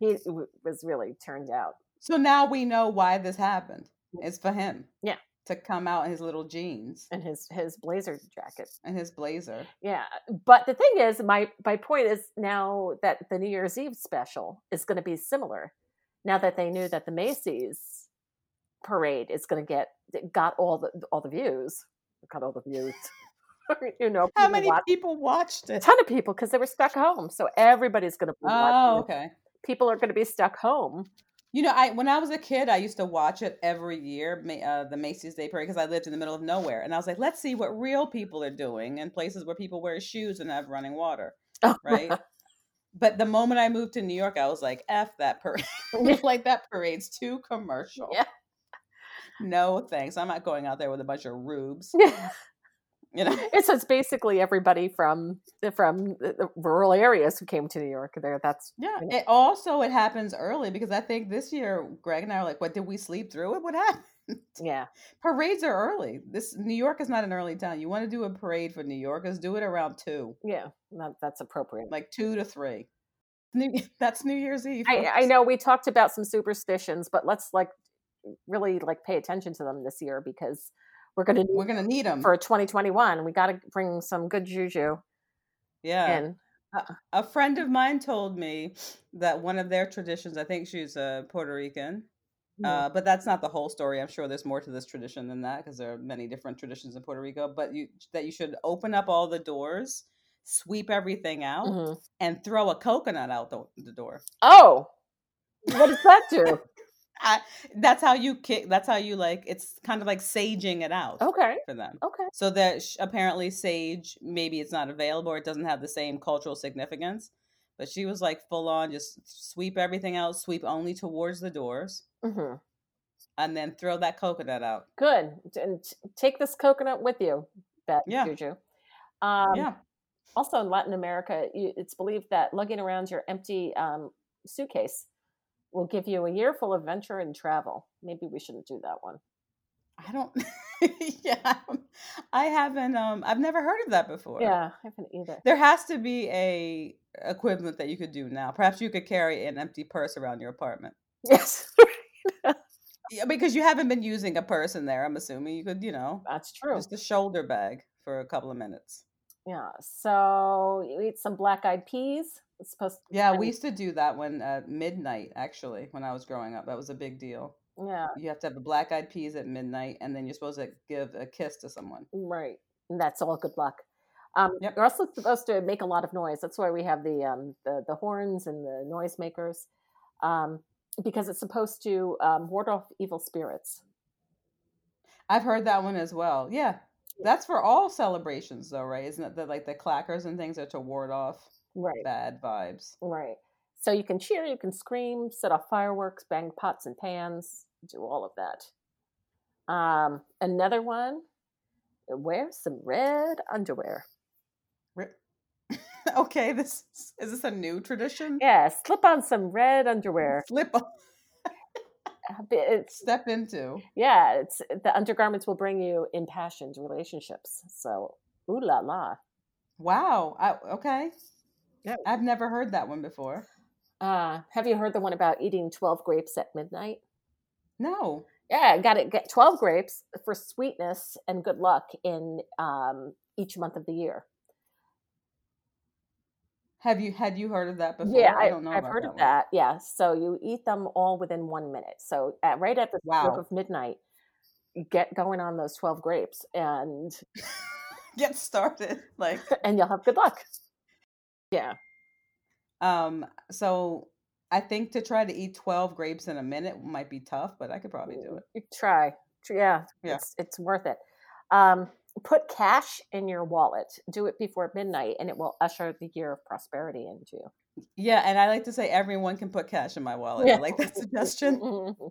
he w- was really turned out. So now we know why this happened. It's for him. Yeah. To come out in his little jeans And his his blazer jacket. and his blazer. Yeah, but the thing is, my my point is now that the New Year's Eve special is going to be similar. Now that they knew that the Macy's parade is going to get got all the all the views, got all the views. [LAUGHS] you know, How people many watch- people watched a it? ton of people because they were stuck home. So everybody's going to be Oh, watching it. okay. people are going to be stuck [LAUGHS] home. You know, I when I was a kid, I used to watch it every year, Ma- uh, the Macy's Day Parade, because I lived in the middle of nowhere, and I was like, let's see what real people are doing in places where people wear shoes and have running water, Oh, [LAUGHS] right? but the moment I moved to New York, I was like, f that [LAUGHS] parade, like that parade's too commercial. Yeah. No thanks. I'm not going out there with a bunch [LAUGHS] of rubes. You know, it's it's basically everybody from from the the rural areas who came to New York. There, that's Yeah. Yeah. It also it happens early because I think this year Greg and I are like, what did we sleep through it? What happened? yeah, Parades are early. This New York is not an early town. You want to do a parade for New Yorkers, do it around two, yeah, that, that's appropriate. like two to three. New, [LAUGHS] that's New Year's Eve. I, I folks. know we talked about some superstitions, but let's like really like pay attention to them this year because we're going to need [LAUGHS] We're gonna need them. for 2021. We got to bring some good juju yeah. in. A friend of mine told me that one of their traditions. I think she's a Puerto Rican. Mhm. Uh, but that's not the whole story. I'm sure there's more to this tradition than that because there are many different traditions in Puerto Rico. But you that you should open up all the doors, sweep everything out, Mhm. and throw a coconut out the, the door. Oh, what does that do? I, that's how you kick. That's how you like. It's kind of like saging it out okay, for them. okay, So that sh- apparently sage, maybe it's not available or it doesn't have the same cultural significance. But she was like full on, just sweep everything out, sweep only towards the doors, hmm and then throw that coconut out. good. And t- take this coconut with you, Beth Yeah. Juju. Um, yeah, Also in Latin America, you, it's believed that lugging around your empty um, suitcase will give you a year full of adventure and travel. Maybe we shouldn't do that one. I don't. [LAUGHS] yeah, I don't- I haven't. Um, I've never heard of that before. Yeah, I haven't either. There has to be a equivalent that you could do now. Perhaps you could carry an empty purse around your apartment. Yes, Yeah, because you haven't been using a purse in there. I'm assuming you could, you know, [LAUGHS] that's true. just a shoulder bag for a couple of minutes. Yeah. So you eat some black eyed peas. It's supposed to Yeah, we And- used to do that when at midnight. Actually, when I was growing up, that was a big deal. Yeah, You have to have a black eyed peas at midnight, and then you're supposed to give a kiss to someone. right. And that's all good luck. Um, Yep. You're also supposed to make a lot of noise. That's why we have the um, the, the horns and the noisemakers, um, because it's supposed to um, ward off evil spirits. I've heard that one as well. Yeah. That's for all celebrations though, right? Isn't it that like the clackers and things are to ward off Right. bad vibes? Right. So you can cheer, you can scream, set off fireworks, bang pots and pans, do all of that. Um, another one. Wear some red underwear. Ri- [LAUGHS] okay, this is- is this a new tradition? Yeah, slip on some red underwear. Flip [LAUGHS] o- It's step into. yeah, it's the undergarments will bring you impassioned relationships. So ooh la la. Wow. I, okay. Yeah. I've never heard that one before. Uh, have you heard the one about eating twelve grapes at midnight? No. Yeah, got to get twelve grapes for sweetness and good luck in um, each month of the year. Have you had you heard of that before? Yeah, I, don't know. I've about heard of one. that. Yeah, so you eat them all within one minute. So at, right at the stroke Wow. of midnight, get going on those twelve grapes, and Get started. [LAUGHS] [LAUGHS] Like and you'll have good luck. Yeah. um so I think to try to eat 12 grapes in a minute might be tough, but I could probably do it. You try. Tr- Yeah, Yeah. It's, it's worth it. Um, put cash in your wallet. Do it before midnight, and it will usher the year of prosperity into you. Yeah, and I like to say everyone can put cash in my wallet. Yeah. I [LAUGHS] like that suggestion. Mhm.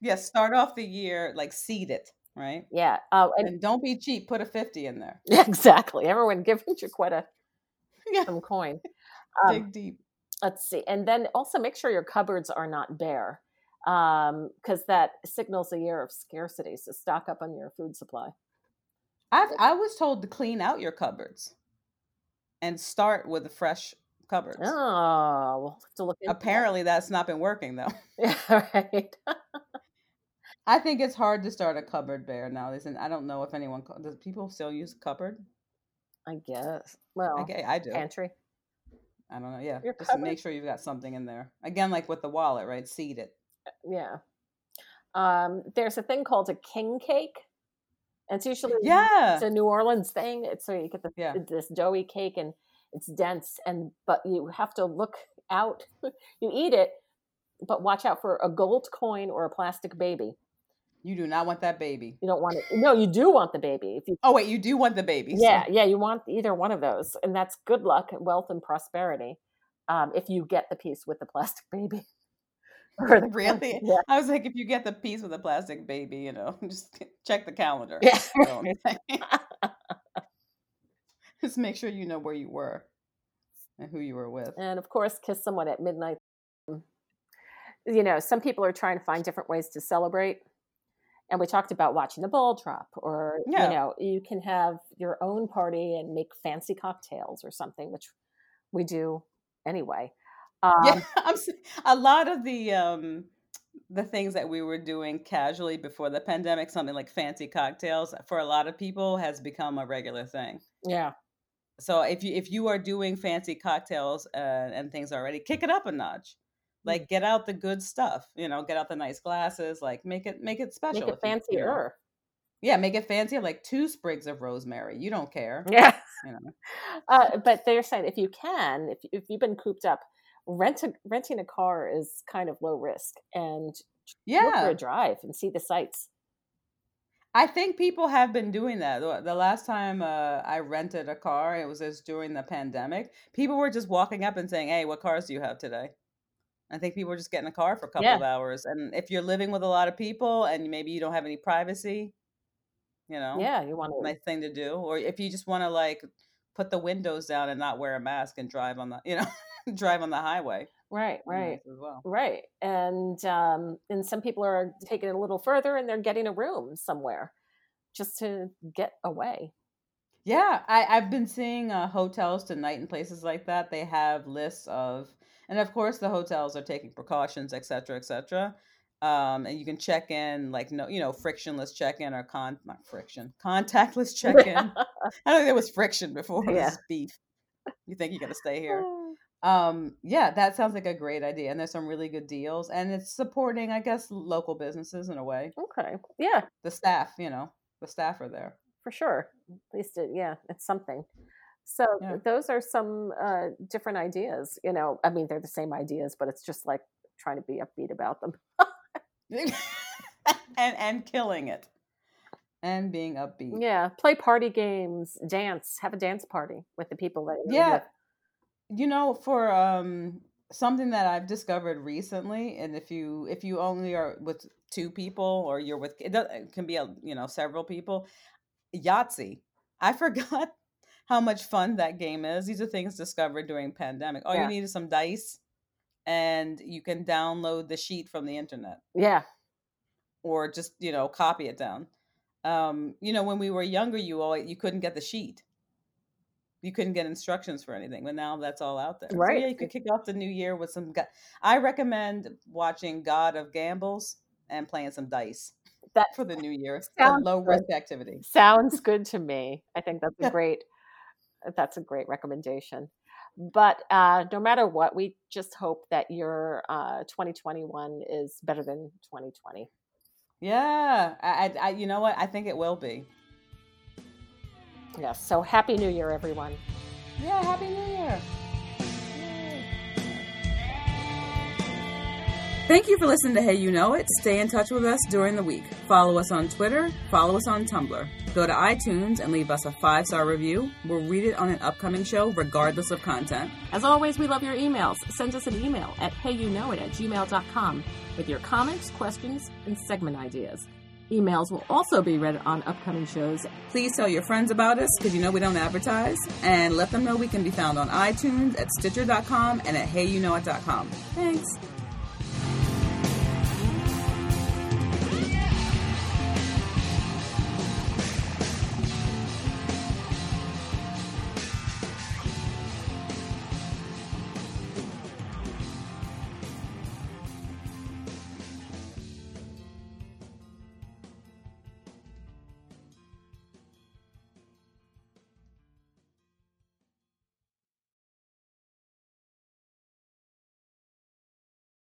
Yeah, start off the year like seed it, right? Yeah. Oh, and [LAUGHS] And don't be cheap. Put a fifty in there. exactly. Everyone give Jaquetta Yeah, some coin. Um, dig deep. let's see. And then also make sure your cupboards are not bare because that signals a year of scarcity. So stock up on your food supply. I I was told to clean out your cupboards and start with a fresh cupboards. Oh, we'll have to look. into that. Apparently, that's not been working though. [LAUGHS] [LAUGHS] Yeah, right. I think it's hard to start a cupboard bear nowadays, and I don't know if anyone ca- does. People still use cupboard. I guess. Well, Okay, I do. pantry. I don't know. Yeah, Oh, Your just to cupboard- make sure you've got something in there. Again, like with the wallet, right? Seed it. Yeah. Um, there's a thing called a king cake. It's usually Yeah. it's a New Orleans thing. It's so you get the, Yeah. this doughy cake and it's dense and but you have to look out. [LAUGHS] you eat it, but watch out for a gold coin or a plastic baby. You do not want that baby. You don't want it. No, you do want the baby. If you Oh wait, you do want the baby. so- yeah, yeah, you want either one of those, and that's good luck, wealth, and prosperity. Um, if you get the piece with the plastic baby, [LAUGHS] or the Really? Yeah. I was like, if you get the piece with a plastic baby, you know, [LAUGHS] just c- check the calendar. [LAUGHS] Yeah. [LAUGHS] You know what I'm saying? just make sure you know where you were and who you were with. and of course kiss someone at midnight you know some people are trying to find different ways to celebrate and we talked about watching the ball drop or Yeah. you know you can have your own party and make fancy cocktails or something which we do anyway um, [LAUGHS] yeah, I'm, s- a lot of the um the things that we were doing casually before the pandemic, something like fancy cocktails, for a lot of people has become a regular thing. yeah So if you if you are doing fancy cocktails uh, and things already, kick it up a notch. Hmm. Like get out the good stuff, you know, get out the nice glasses, like make it make it special. make it if you- you know. [LAUGHS] fancier Yeah, make it fancier, like two sprigs of rosemary. You don't care. yeah You know. uh, but they're saying if you can if, if you've been cooped up rent a, renting a car is kind of low risk and go for Yeah. a drive and see the sights I think people have been doing that. The the last time uh, I rented a car, it was just during the pandemic. People were just walking up and saying, "Hey, what cars do you have today?" I think people were just getting a car for a couple Yeah. of hours. And if you're living with a lot of people and maybe you don't have any privacy, you know, yeah you want to nice thing to do. Or if you just want to like put the windows down and not wear a mask and drive on the, you know, [LAUGHS] drive on the highway, Right, be nice right, as well. right. And um, and some people are taking it a little further, and they're getting a room somewhere just to get away. Yeah, I, I've been seeing uh, hotels tonight and places like that. They have lists of, and of course the hotels are taking precautions, et cetera, et cetera. Um, and you can check in like no, you know, frictionless check in or con not friction, contactless check in. I don't think there was friction before. Yeah. This is beef. You think you're gonna stay here? [LAUGHS] Mm, Um, yeah, that sounds like a great idea. And there's some really good deals, and it's supporting, I guess, local businesses in a way. Okay, yeah, The staff, you know, the staff are there. for sure. At least, it, yeah, it's something. So Yeah. those are some uh, different ideas. You know, I mean, they're the same ideas, but it's just like trying to be upbeat about them. [LAUGHS] and and killing it and being upbeat Yeah, play party games, dance, have a dance party with the people that. you're Yeah, with. you know for um something that i've discovered recently and if you if you only are with two people or you're with it, does, it can be a, you know several people yahtzee i [LAUGHS] forgot how much fun that game is these are things discovered during pandemic all Yeah. you need is some dice and you can download the sheet from the internet yeah, or just you know copy it down um you know when we were younger you all you couldn't get the sheet you couldn't get instructions for anything but now that's all out there So, Right. yeah you could kick off the new year with some gu- i recommend watching god of gambles and playing some dice That- for the new year It's a Sounds low good. risk activity sounds good to me i think that's a Yeah. great uh, that's a great recommendation but uh, no matter what we just hope that your uh, 2021 is better than 2020 yeah I, I- I you know what i think it will be yes so happy new year everyone yeah happy new year Thank you for listening to Hey You Know It. Stay in touch with us during the week. Follow us on Twitter, follow us on Tumblr. Go to iTunes and leave us a five star review. We'll read it on an upcoming show, regardless of content. as always we love your emails send us an email at heyyouknowit at gmail.com with your comments questions and segment ideas emails will also be read on upcoming shows Please tell your friends about us because you know we don't advertise and let them know we can be found on iTunes, at Stitcher.com, and at HeyYouKnowIt.com. Thanks.